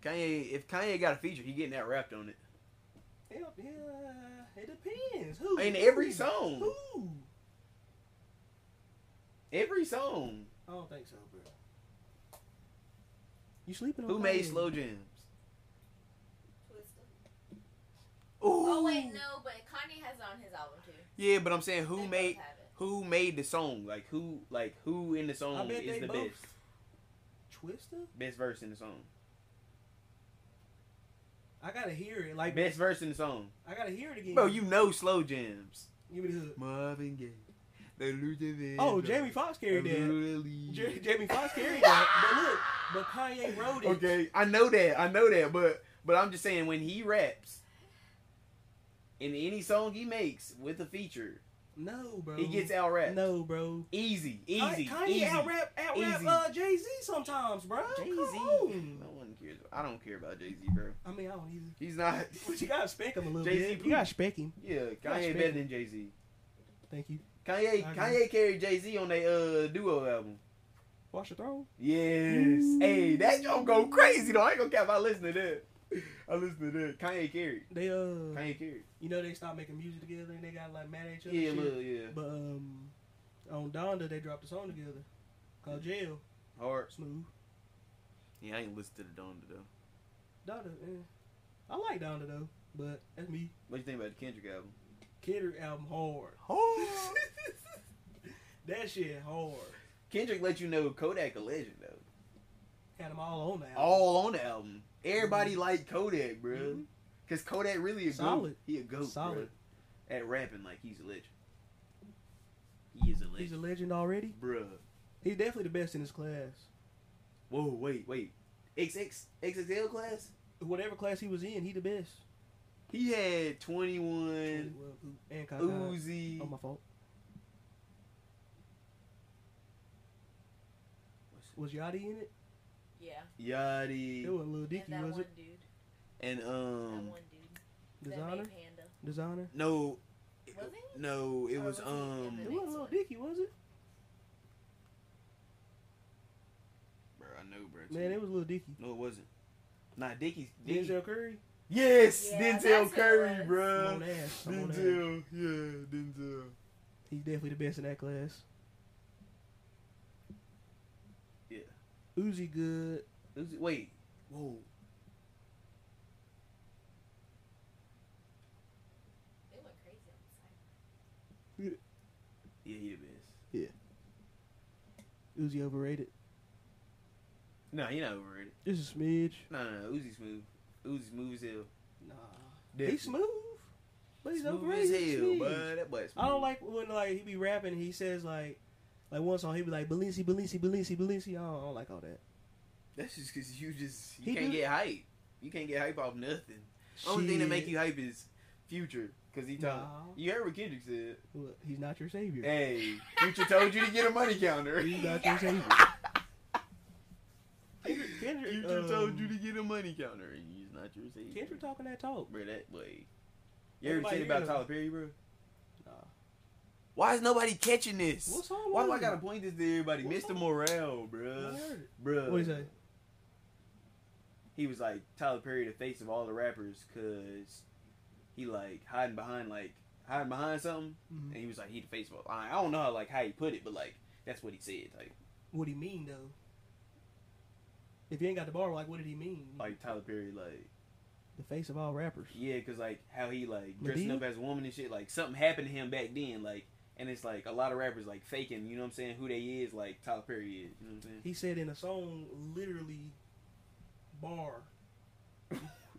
Kanye if Kanye got a feature, he getting that rapped on it. Hell, yeah, it depends. Who In every Who? song. Who? Every song. I don't think so, bro. You sleeping on Who made Kanye? slow jams? Twista. Oh wait, no, but Kanye has it on his album too. Yeah, but I'm saying They who both made have it. who made the song? Like who like who in the I song bet they is the both. best Twister? best verse in the song? I gotta hear it. Like Best verse in the song. I gotta hear it again. Bro, you know slow jams. give me the hood. Marvin Gaye. The Lucha Oh, Jamie Foxx carried that. Jer- Jamie Foxx carried that. But look, but Kanye wrote it. Okay, I know that, I know that, but but I'm just saying when he raps in any song he makes with a feature, No, bro. he gets out rapped. No, bro. Easy, easy, Kanye easy. out rap out rap Easy. uh, Jay Z sometimes, bro. Jay Z. Come on. No one cares. I don't care about Jay Z, bro. I mean, I don't either. He's not. But you gotta spec him a little Jay-Z bit. poop. You gotta spec him. Yeah, gotta Kanye spec better him. than Jay Z. Thank you. Kanye I agree. Kanye carried Jay Z on their uh, duo album. Watch the throne. Yes. Mm. Hey, that y'all go crazy though. I ain't gonna cap. I listen to that. I listen to that. Kanye carried. They uh, Kanye carried. you know they stopped making music together and they got like mad at each other. Yeah, and shit. look, yeah. But um, on Donda they dropped a song together called Jail. Hard. Smooth. Yeah, I ain't listen to the Donda though. Donda. Eh. I like Donda though, but that's me. What you think about the Kendrick album? Kendrick album hard. Hard. That shit hard. Kendrick let you know Kodak a legend though. Had them all on that. All on the album. Everybody Mhm. liked Kodak, bro. Mhm. Cause Kodak really a goat. Solid. He a goat. Solid. Solid. At rapping like he's a legend. He is a legend. He's a legend already. Bruh. He's definitely the best in his class. Whoa, wait, wait. XX XXL class? Whatever class he was in, he the best. He had 21, Well, who- and Kaka. Uzi. Oh my fault. Was Yachty in it? Yeah, It Yachty. was Lil and Dicky, that was one it? dude, And that um one dude, that Designer? made Panda. Designer? no it- Was he? no, it Or was was he um in It The wasn't next Lil one. Dicky, was it? Bro, I know, bro. Man, it was Lil Dicky. No, it wasn't. Nah, Dicky's Dicky. Denzel Curry? Yes, Yeah, that's who Denzel it Curry, was. I'm bro. on ass. I'm on ass. Denzel, yeah, Denzel. He's definitely the best in that class. Yeah. Uzi good. Uzi- Wait, whoa. They went crazy on the side. Yeah, he the best. Uzi overrated. No, he not overrated. This is smidge. No, no, no. Uzi smooth. Uzi smooth as hell. Nah. He's smooth. But he's Smooth overrated. as He's hell, smidge. bud. That boy smooth. I don't like when like he be rapping. He says like, like one song he be like Balenci, Balenci, Balenci, Balenci. I don't, I don't like all that. That's just because you just you He can't do- get hype. You can't get hype off nothing. Only thing that make you hype is Future, cause he told Nah. you heard what Kendrick said. Look, he's not your savior. Hey, Future told you to get a money counter. He's not your savior. Kendrick, Kendrick, Future told you um, to get a money counter, and he's not your savior. Kendrick talking that talk. bro, that way. You ever Everybody said about heard Tyler of Perry, bro? Nah. Why is nobody catching this? What song? Why was do I it? gotta point this to everybody? What Mr. song? Morale, I bruh. heard it. Bruh. What he say? He was like Tyler Perry, the face of all the rappers, cause he like hiding behind like hiding behind something, and Mhm. he was like he the face of all. I I don't know how, like how he put it, but like that's what he said. Like What he mean though? If you ain't got the bar, like what did he mean? like Tyler Perry, like the face of all rappers. yeah, cause like how he like dressing Medea? up as a woman and shit. Like something happened to him back then, like. And it's like a lot of rappers like faking, you know what I'm saying? Who they is, like Tyler Perry is, you know what I'm saying? He said in a song, literally, bar.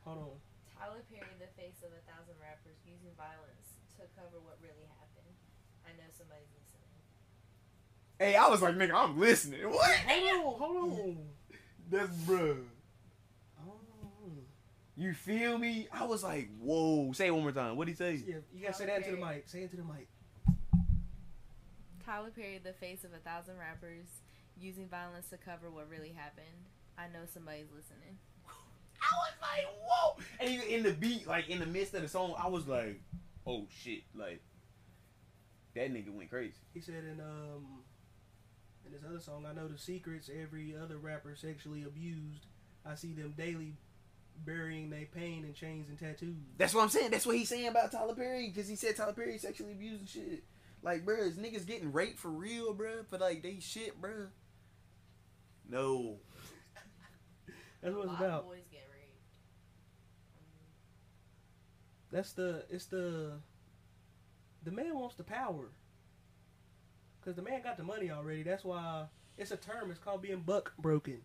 Hold on. Tyler Perry, the face of a thousand rappers, using violence to cover what really happened. I know somebody's listening. Hey, I was like, nigga, I'm listening. What? Hold on, hold on. That's bro. Oh. You feel me? I was like, whoa. Say it one more time. What'd he say? Yeah, you gotta say that to the mic. Say it to the mic. Tyler Perry, the face of a thousand rappers, using violence to cover what really happened. I know somebody's listening. I was like, whoa. And even in the beat, like in the midst of the song, I was like, oh shit. Like, that nigga went crazy. He said in um in this other song, I know the secrets every other rapper sexually abused. I see them daily burying their pain in chains and tattoos. That's what I'm saying. That's what he's saying about Tyler Perry. Because he said Tyler Perry sexually abused and shit. Like, bruh, is niggas getting raped for real, bruh? For like, they shit, bruh. No. That's what it's a lot about. of boys get raped. That's the it's the the man wants the power. Cause the man got the money already. That's why it's a term. It's called being buck broken.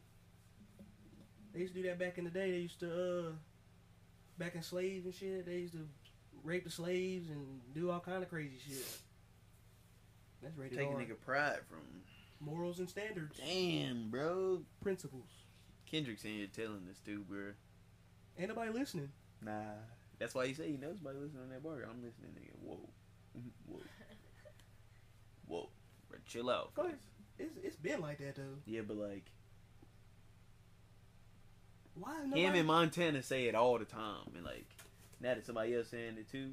They used to do that back in the day. They used to uh back in slaves and shit. They used to rape the slaves and do all kind of crazy shit. That's rated Take a R. nigga pride from. him. Morals and standards, Damn, bro. principles. Kendrick's in here telling this too, bro. Ain't nobody listening. Nah. That's why he say he knows somebody listening on that bar. I'm listening, nigga. Whoa. Whoa. Whoa. Bro, chill out. Go fellas. ahead. It's it's been like that though. Yeah, but like Why is him nobody? and Montana say it all the time, and like now that somebody else saying it too,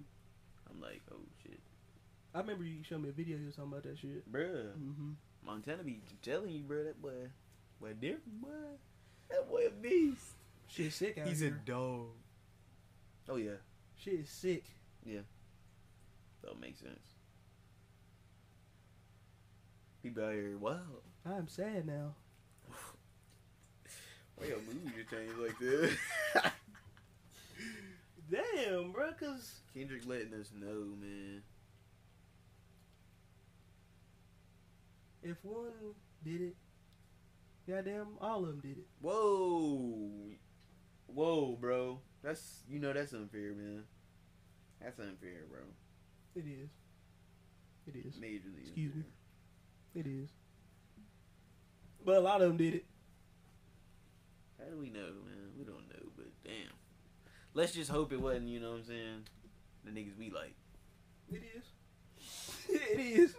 I'm like, oh shit, I remember you showed me a video. You was talking about that shit. bruh. Mm-hmm. Montana be telling you, bruh, that boy, boy different, boy. That boy a beast. Shit sick out here. dog. Oh yeah, Shit is sick. that makes sense. People out here, wow. I'm sad now. Why your mood you change like this? Damn, bro, cause Kendrick letting us know, man. if one did it, goddamn, all of them did it. Whoa, whoa, bro. That's you know that's unfair, man. That's unfair, bro. It is. It is. Majorly. Excuse me. unfair. It is. But a lot of them did it. How do we know, man? We don't know, but damn. Let's just hope it wasn't, you know what I'm saying? The niggas we like. It is. it is.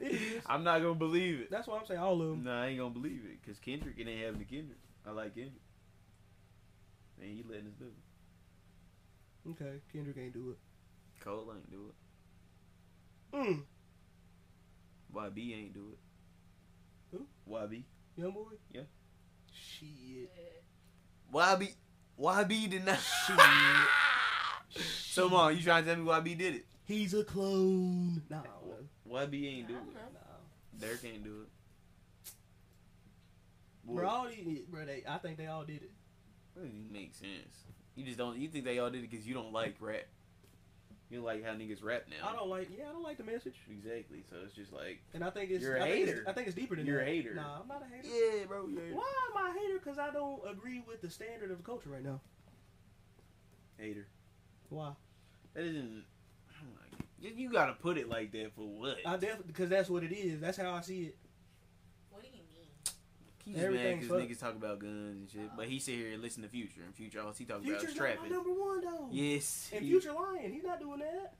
It is. I'm not gonna believe it. That's why I'm saying all of them. Nah, I ain't gonna believe it. Cause Kendrick, it ain't happening to Kendrick. I like Kendrick. And he letting us do it. Okay, Kendrick ain't do Cole ain't do it. Mm. it. YB ain't do it. Who? YB. Young boy. Yeah. Shit. YB. YB did not. so, mom, you trying to tell me YB did it? He's a clone. Nah. I don't know. YB ain't do I don't it. know. Nah. Derek ain't do it. Bro, all these, bro, they, I think they all did it. Doesn't make sense. You just don't. You think they all did it because you don't like rap. You don't like how niggas rap now. I don't like. Yeah, I don't like the message. exactly. So it's just like, And I think it's. You're a I think it's- hater. I think it's deeper than You're a that. hater. Nah, I'm not a hater. yeah, bro. Yeah. Why am I a hater? Because I don't agree with the standard of the culture right now. Hater. Why? That isn't. I don't like it. You, you gotta put it like that for what? I definitely because that's what it is. That's how I see it. What do you He's just mad mean? everything's because fucked. niggas talk about guns and shit, but he sit here and listen to Future, and Future all he talking about Future's is not my trapping. number one though. Yes. And he- Future lying, he's not doing that.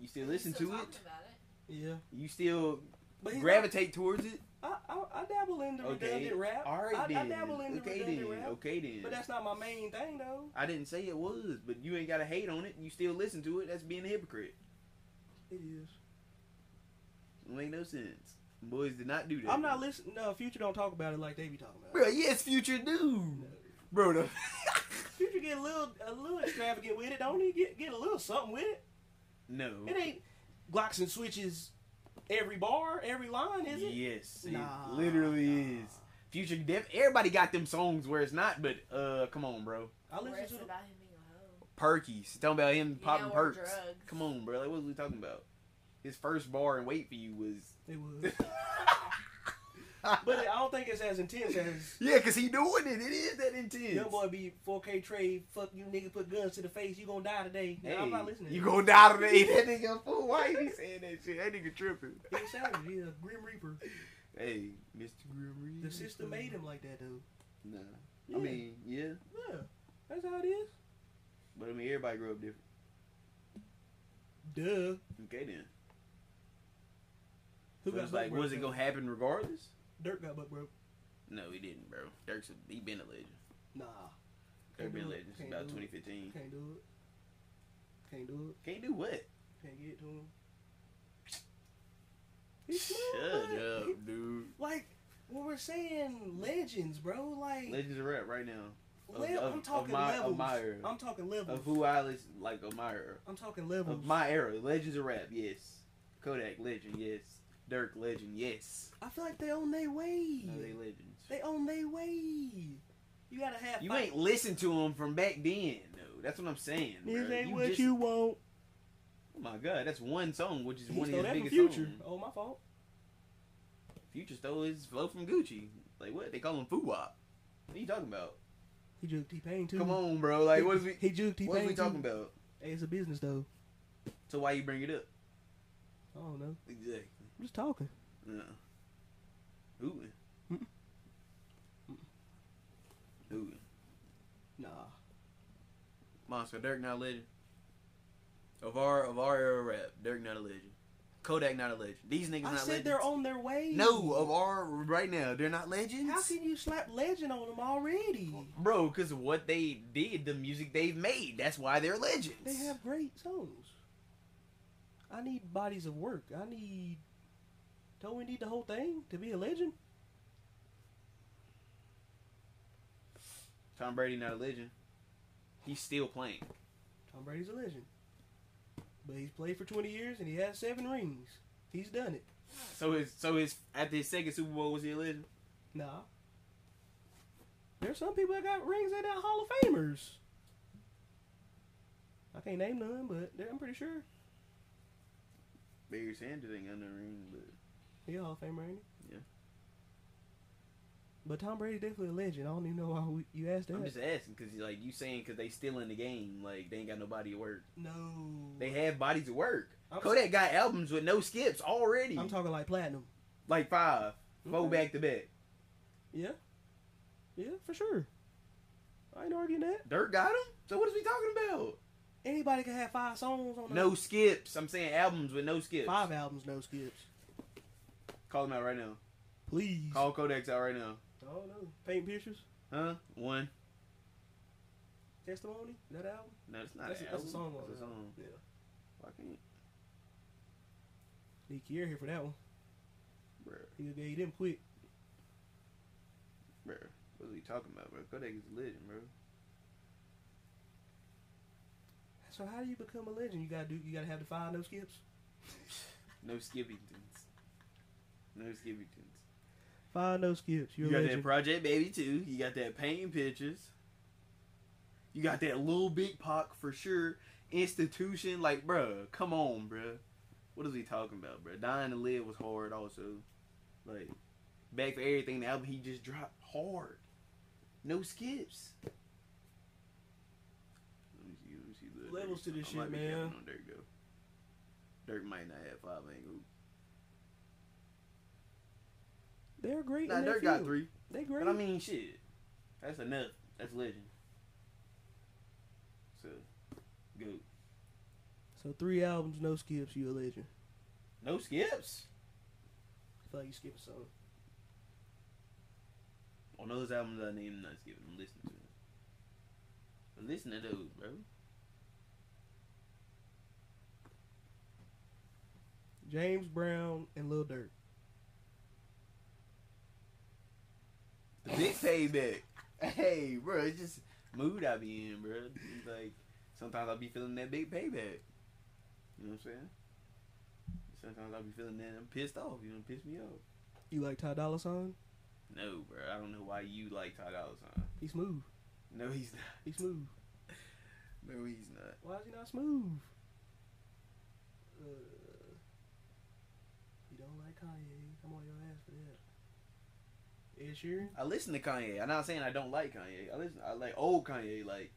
You still listen You still to it? talking about it? Yeah, You still but he's gravitate towards it? Not, I, I I dabble in the Okay. redundant rap. All right I, then. I dabble in the okay redundant then. rap, Okay then. but that's not my main thing though. I didn't say it was, but you ain't gotta hate on it. You still listen to it. That's being a hypocrite. It is. It make no sense. Boys did not do that. I'm not listening. No, Future don't talk about it like they be talking about. Bro, yes, Future do. Bro, no. Future get a little a little extravagant with it. Don't he get get a little something with it? no. It ain't Glocks and switches every bar, every line, is it? Yes, Nah, it literally nah. is. Future, def- everybody got them songs where it's not, but uh, come on, bro. I Or listen it's to the about him being a hoe. Perkies, talking about him Yeah, popping or perks. drugs. Come on, bro. Like, what was we talking about? His first bar and wait for you was. It was. But I don't think it's as intense as yeah, cause he doing it. It is that intense. Young Boy be 4K trade. Fuck you, nigga. Put guns to the face. You gonna die today. Hey, I'm not listening. You gonna die today. That nigga a fool. Why he saying that shit? That nigga tripping. He's savage. He's a grim reaper. Hey, Mr. Grim Reaper. The system made him like that, dude. Nah. Yeah. I mean, yeah. yeah, that's how it is. But I mean, everybody grow up different. Duh. Okay then. Who So it's buck like, broke, was it though? gonna happen regardless? Dirk got buck broke. No, he didn't, bro. Dirk's a, he been a legend. Nah, Dirk Can't been a do it. legend since Can't about do it. 2015. can't do it. Can't do Can't do what? it. Can't get to him. He's Shut smart. up, He- dude. Like when we're saying legends, bro. Like Legends of rap right now. of- le- of- I'm of talking my- of levels. my era. I'm talking levels. Of who I listen, like of my era. I'm talking levels. Of my era. Legends of rap, yes. Kodak legend, yes. Dirk legend, yes. I feel like they on their way. No, they legends. They on their way. You gotta have. You fight. ain't listen to him from back then, though. That's what I'm saying. This bruh. ain't what just- you want. Oh my god, that's one song, which is He one of stole his that from biggest Future. songs. Oh, my fault. Future stole his flow from Gucci. Like what? They call him Foo Wop. What are you talking about? He juked T-Pain, too. Come on, bro. Like what is we? He juked T-Pain, What is we too. talking about? Hey, it's a business, though. So why you bring it up? I don't know. Exactly. I'm just talking. Uh. Ooh. Mm-mm. Ooh. Nah. Monster. Dirk not a legend. Avar Avar era rap. Dirk not a legend. Kodak not a legend. These niggas I not said legends. they're on their way. No, of our right now, they're not legends. How can you slap legend on them already? Bro, because of what they did, the music they've made, that's why they're legends. They have great songs. I need bodies of work. I need. Don't we need the whole thing to be a legend? Tom Brady not a legend. He's still playing. Tom Brady's a legend. But he's played for 20 years and he has seven rings. He's done it. So his so his after his second Super Bowl was he a legend? Nah. There's some people that got rings that are Hall of Famers. I can't name none, but they're- I'm pretty sure Barry Sanders ain't got no ring, but he's a Hall of Famer, ain't he? Yeah. But Tom Brady's definitely a legend. I don't even know why we, you asked that. I'm just asking because like you saying because they still in the game, like they ain't got no body of work. no. They have bodies of work. I'm, Kodak got albums with no skips already, I'm talking like platinum. like five, four Okay. back to back. Yeah. Yeah, for sure. I ain't arguing that. Dirk got them. So what is we talking about? Anybody can have five songs on No skips. I'm saying albums with no a- skips. five albums, no skips. Call them out right now. Please. Call Kodak's out right now. I don't know. Paint Pictures, Huh? One. Testimony, that album. No, it's not. That's an a- that's a album. song on That's a there. song. Yeah. Why can't, Need Kier here for that one. bro, He could get them quick. bro? What are you talking about, bro? Kodak is a legend, bro. So how do you become a legend? You gotta do. You gotta have the five no skips. No Skippingtons. No Skippingtons. Five no skips. You You're got a that legend. Project Baby too. You got that Painting Pictures. You got that Lil Big Pock for sure. Institution, like, bruh, come on, bruh. What is he talking about, bruh? Dying to Live was hard, also. Like, back for everything. The album he just dropped hard. No skips. Let me see. Let me see. Lil Levels Durk. to this I might shit, be capping man. On Dirk, though. Dirk might not have five angles. They're great. Nah, in their Dirk got field. three. They great. But I mean, shit. That's enough. That's legend. So, good. so three albums, no skips. You a legend. No skips I feel like you skip a song. on those albums I named. Not skipping. I'm listening to them. But listen to those, bro. James Brown and Lil Durk. The big payback. hey, bro. It's just mood I be in, bro. It's Like sometimes I be feeling that big payback. You know what I'm saying? Sometimes I be feeling that I'm pissed off. You know, piss me off. You like Ty Dolla Sign? No, bro. I don't know why you like Ty Dolla Sign. He's smooth. No, he's not. He's smooth. No, he's not. Why is he not smooth? Uh, you don't like Kanye. I'm on your ass for that. Ed Sheeran? I listen to Kanye. I'm not saying I don't like Kanye. I listen. I like old Kanye, like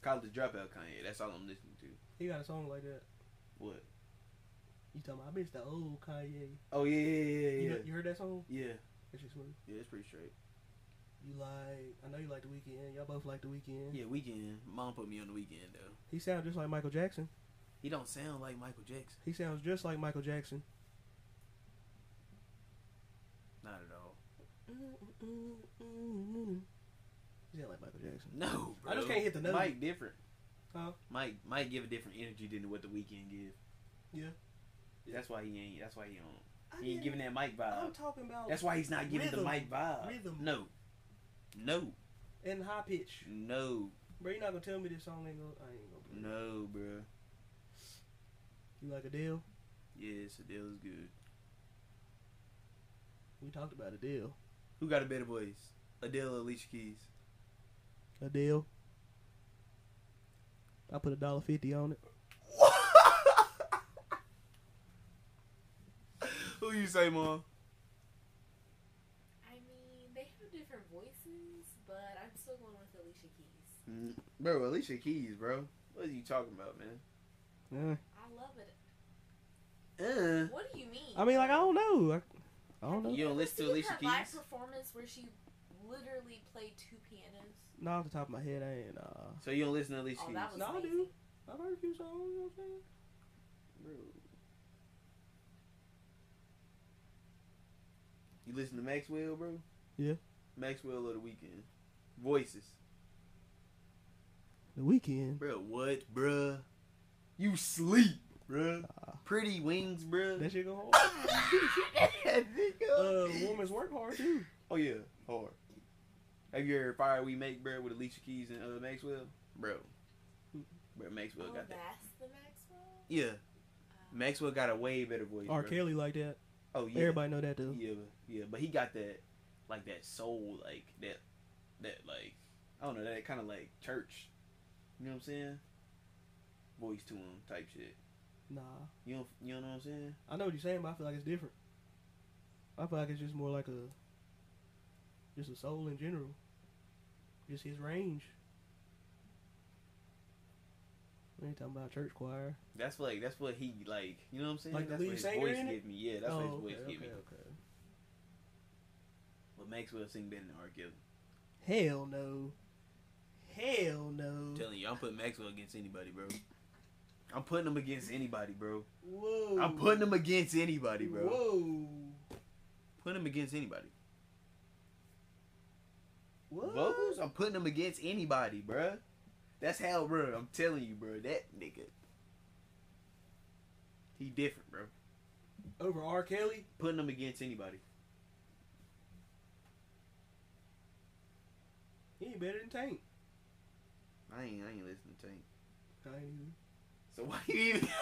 college dropout Kanye. That's all I'm listening to. He got a song like that. What? You talking about, I miss the old Kanye. Oh yeah, yeah, yeah, You, yeah. know- you heard that song? Yeah, yeah. That shit's smooth. Yeah, It's pretty straight. You like, I know you like The Weeknd. Y'all both like The Weeknd. Yeah, weekend. Mom put me on the weekend though. He sounds just like Michael Jackson. He don't sound like Michael Jackson. He sounds just like Michael Jackson. Not at all. He sound like Michael Jackson. No, bro. I just can't hit the note. Mike different. Huh? Mike Mike give a different energy than what the weekend give. Yeah. That's why he ain't. That's why he don't. I He ain't giving that Mike vibe. I'm talking about That's why he's not giving Rhythm. the Mike vibe. Rhythm. No. No. in high pitch. No. Bro, you not gonna tell me this song ain't gonna. I ain't gonna. play it. No, bro. You like Adele? Yes, Adele's good. We talked about Adele. Who got a better voice, Adele or Alicia Keys? Adele. I put a dollar fifty on it. Who you say, Mom? I mean, they have different voices, but I'm still going with Alicia Keys. Bro, Alicia Keys, bro. What are you talking about, man? Yeah. I love it. Uh, What do you mean? I mean, like I don't know. I, I don't know. you don't listen to Have you Alicia ever seen her Keys? live performance where she literally played two pianos. Not off the top of my head, I ain't. Uh, So you don't listen to Alicia Oh, Keys? that was No, I do. amazing. I've heard a few songs. You know what I'm saying? Bro. You listen to Maxwell, bro? Yeah. Maxwell of the Weekend. Voices. The weekend. Bro, what, bruh? You sleep, bruh. Nah. Pretty wings, bruh. That shit go hard. Uh, Nigga. woman's work hard too. oh yeah, hard. Have you heard "Fire We Make," bruh, with Alicia Keys and uh, Maxwell, bro? Bro, Maxwell Oh, got that. that's the Maxwell. Yeah, Uh, Maxwell got a way better voice. R. bruh. Kelly like that. Oh yeah. Everybody know that though. Yeah, but- yeah, but he got that, like that soul, like that, that like, I don't know, that kind of like church. You know what I'm saying? Voice to him type shit. Nah, You don't, you don't know what I'm saying? I know what you're saying, but I feel like it's different. I feel like it's just more like a, just a soul in general. Just his range. We ain't talking about church choir. That's what, like that's what he like. You know what I'm saying? Like the that's lead what his singer voice in it? Oh, give me. Yeah, that's what his voice give me. okay. But Maxwell sing better than R. Kelly. Hell no. Hell no. I'm telling you, I'm putting Maxwell against anybody, bro. I'm putting him against anybody, bro. Whoa. I'm putting him against anybody, bro. Whoa. Put him against anybody. What? Vocals? I'm putting him against anybody, bruh. That's how, bruh. I'm telling you, bruh. That nigga. He different, bro. Over R. Kelly? Putting him against anybody. He ain't better than Tank. I ain't, I ain't listening to Tank. I ain't even- So why you even?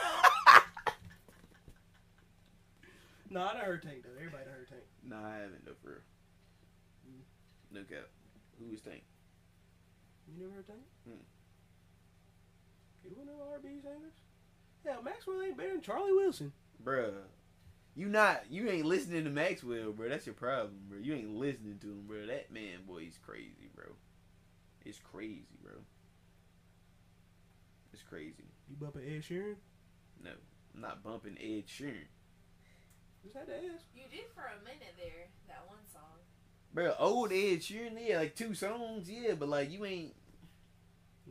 No, I done heard Tank though. Everybody done heard Tank. nah, I haven't though, for real. Mm. Look up. Who is Tank? You never heard Tank? Mm. You don't know R&B singers? Hell, Maxwell ain't better than Charlie Wilson. Bruh. You not, you ain't listening to Maxwell, bro. That's your problem, bro. You ain't listening to him, bro. That man, boy, he's crazy, bro. It's crazy, bro. It's crazy. You bumping Ed Sheeran? No, I'm not bumping Ed Sheeran. Just had to ask. You did for a minute there. That one song. Bro, old Ed Sheeran, yeah, like two songs, yeah, but like you ain't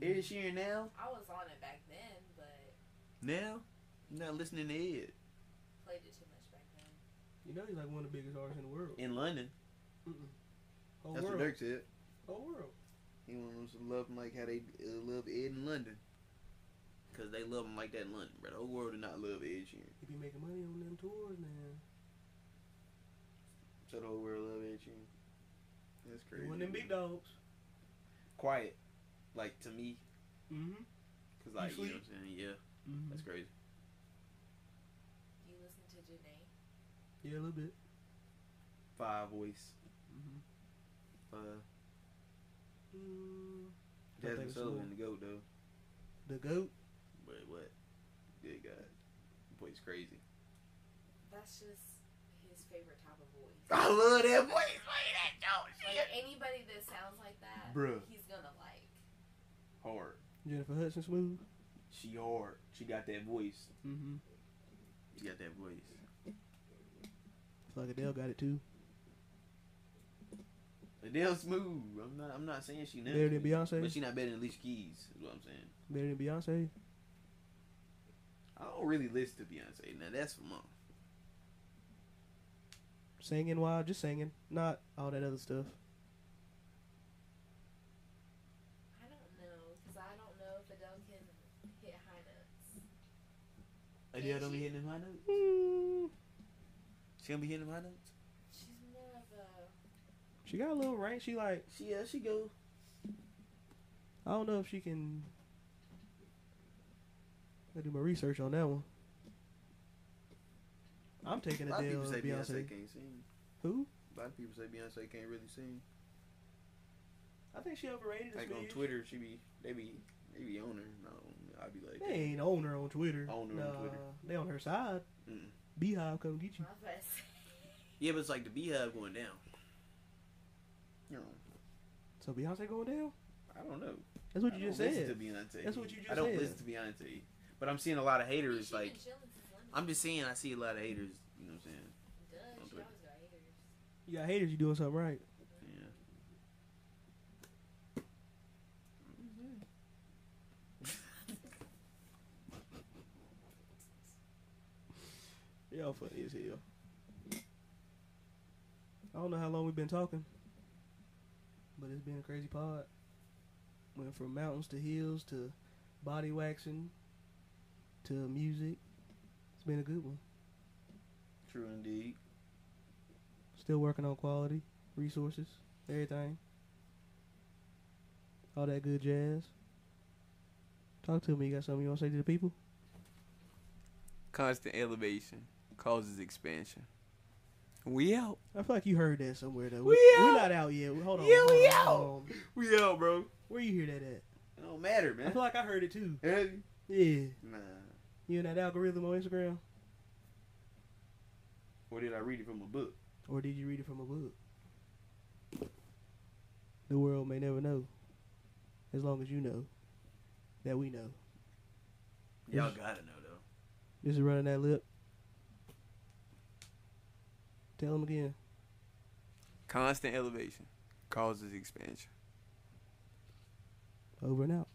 Ed Sheeran now. I was on it back then, but Now, you're not listening to Ed played it too much back then. You know he's like one of the biggest artists in the world. in London. Mm-mm. Whole That's Oh, world. what Dirk said. Whole world. He want them to love him like how they uh, love Ed in London, cause they love him like that in London. Bro, the whole world did not love Ed Sheeran, He be making money on them tours, man. so the whole world love Ed Sheeran. That's He crazy. one of them big bro. dogs. Quiet, like to me, Mm-hmm. cause like you, know sleep? what I'm saying. Yeah, mm-hmm. that's crazy. Do you listen to Janae? Yeah, a little bit. Five voice, Mm-hmm. uh, Mm, I think Jasmine it's Sullivan, the goat though. the goat. But what? Good God. Boy's crazy. That's just his favorite type of voice. I love that voice. That Like anybody that sounds like that, Bruh. he's gonna like. Hard. Jennifer Hudson Smooth. She hard. She got that voice. Mm-hmm. She got that voice. Like Adele got it too. Adele smooth. I'm not. I'm not saying she not. Better than Beyonce? But she not better than Alicia Keys. Is what I'm saying. Better than Beyonce. I don't really listen to Beyonce. Now that's for mom. Singing wild, just singing, not all that other stuff. I don't know, cause I don't know if Adele can hit high notes. Adele don't be hitting them high notes. Mm, She don't be hitting them high notes. She's more of a. she got a little rank. She like She yeah. She go. I don't know if she can. I do my research on that one. I'm A taking lot of Adele people over say Beyonce. Beyonce. can't sing. Who? A lot of people say Beyonce can't really sing. I think she overrated this Like on Twitter, she be they be they be on her. No, I'd be like, They ain't on her on Twitter. On her on Nah, Twitter. They on her side. Mm. Beehive come get you. My best. yeah, but it's like the beehive going down. You know, So Beyonce going down? I don't know. That's what I you just don't listen said. To Beyonce, That's what you just I don't said. listen to Beyonce, but I'm seeing a lot of haters. She been Like chilling since London. I'm just saying, I see a lot of haters. You know what I'm saying? Duh, on she Twitter. always got haters. You got haters, you doing something right. Yeah. Y'all funny as hell. I don't know how long we've been talking, but it's been a crazy pod. Went from mountains to hills to body waxing to music. It's been a good one. True indeed. Still working on quality, resources, everything. All that good jazz. Talk to me. You got something you want to say to the people? Constant elevation causes expansion. We out. I feel like you heard that somewhere though. We We are out. not out yet. Hold on. Yeah, hold we on, out. hold on. We out, bro. Where you hear that at? It don't matter, I man. feel like I heard it too. Eh, Yeah. nah. You in that algorithm on Instagram? Or did I read it from a book? Or did you read it from a book? The world may never know. As long as you know that we know. Y'all gotta know though. This is running that lip. Tell him again. Constant elevation causes expansion. Over and out.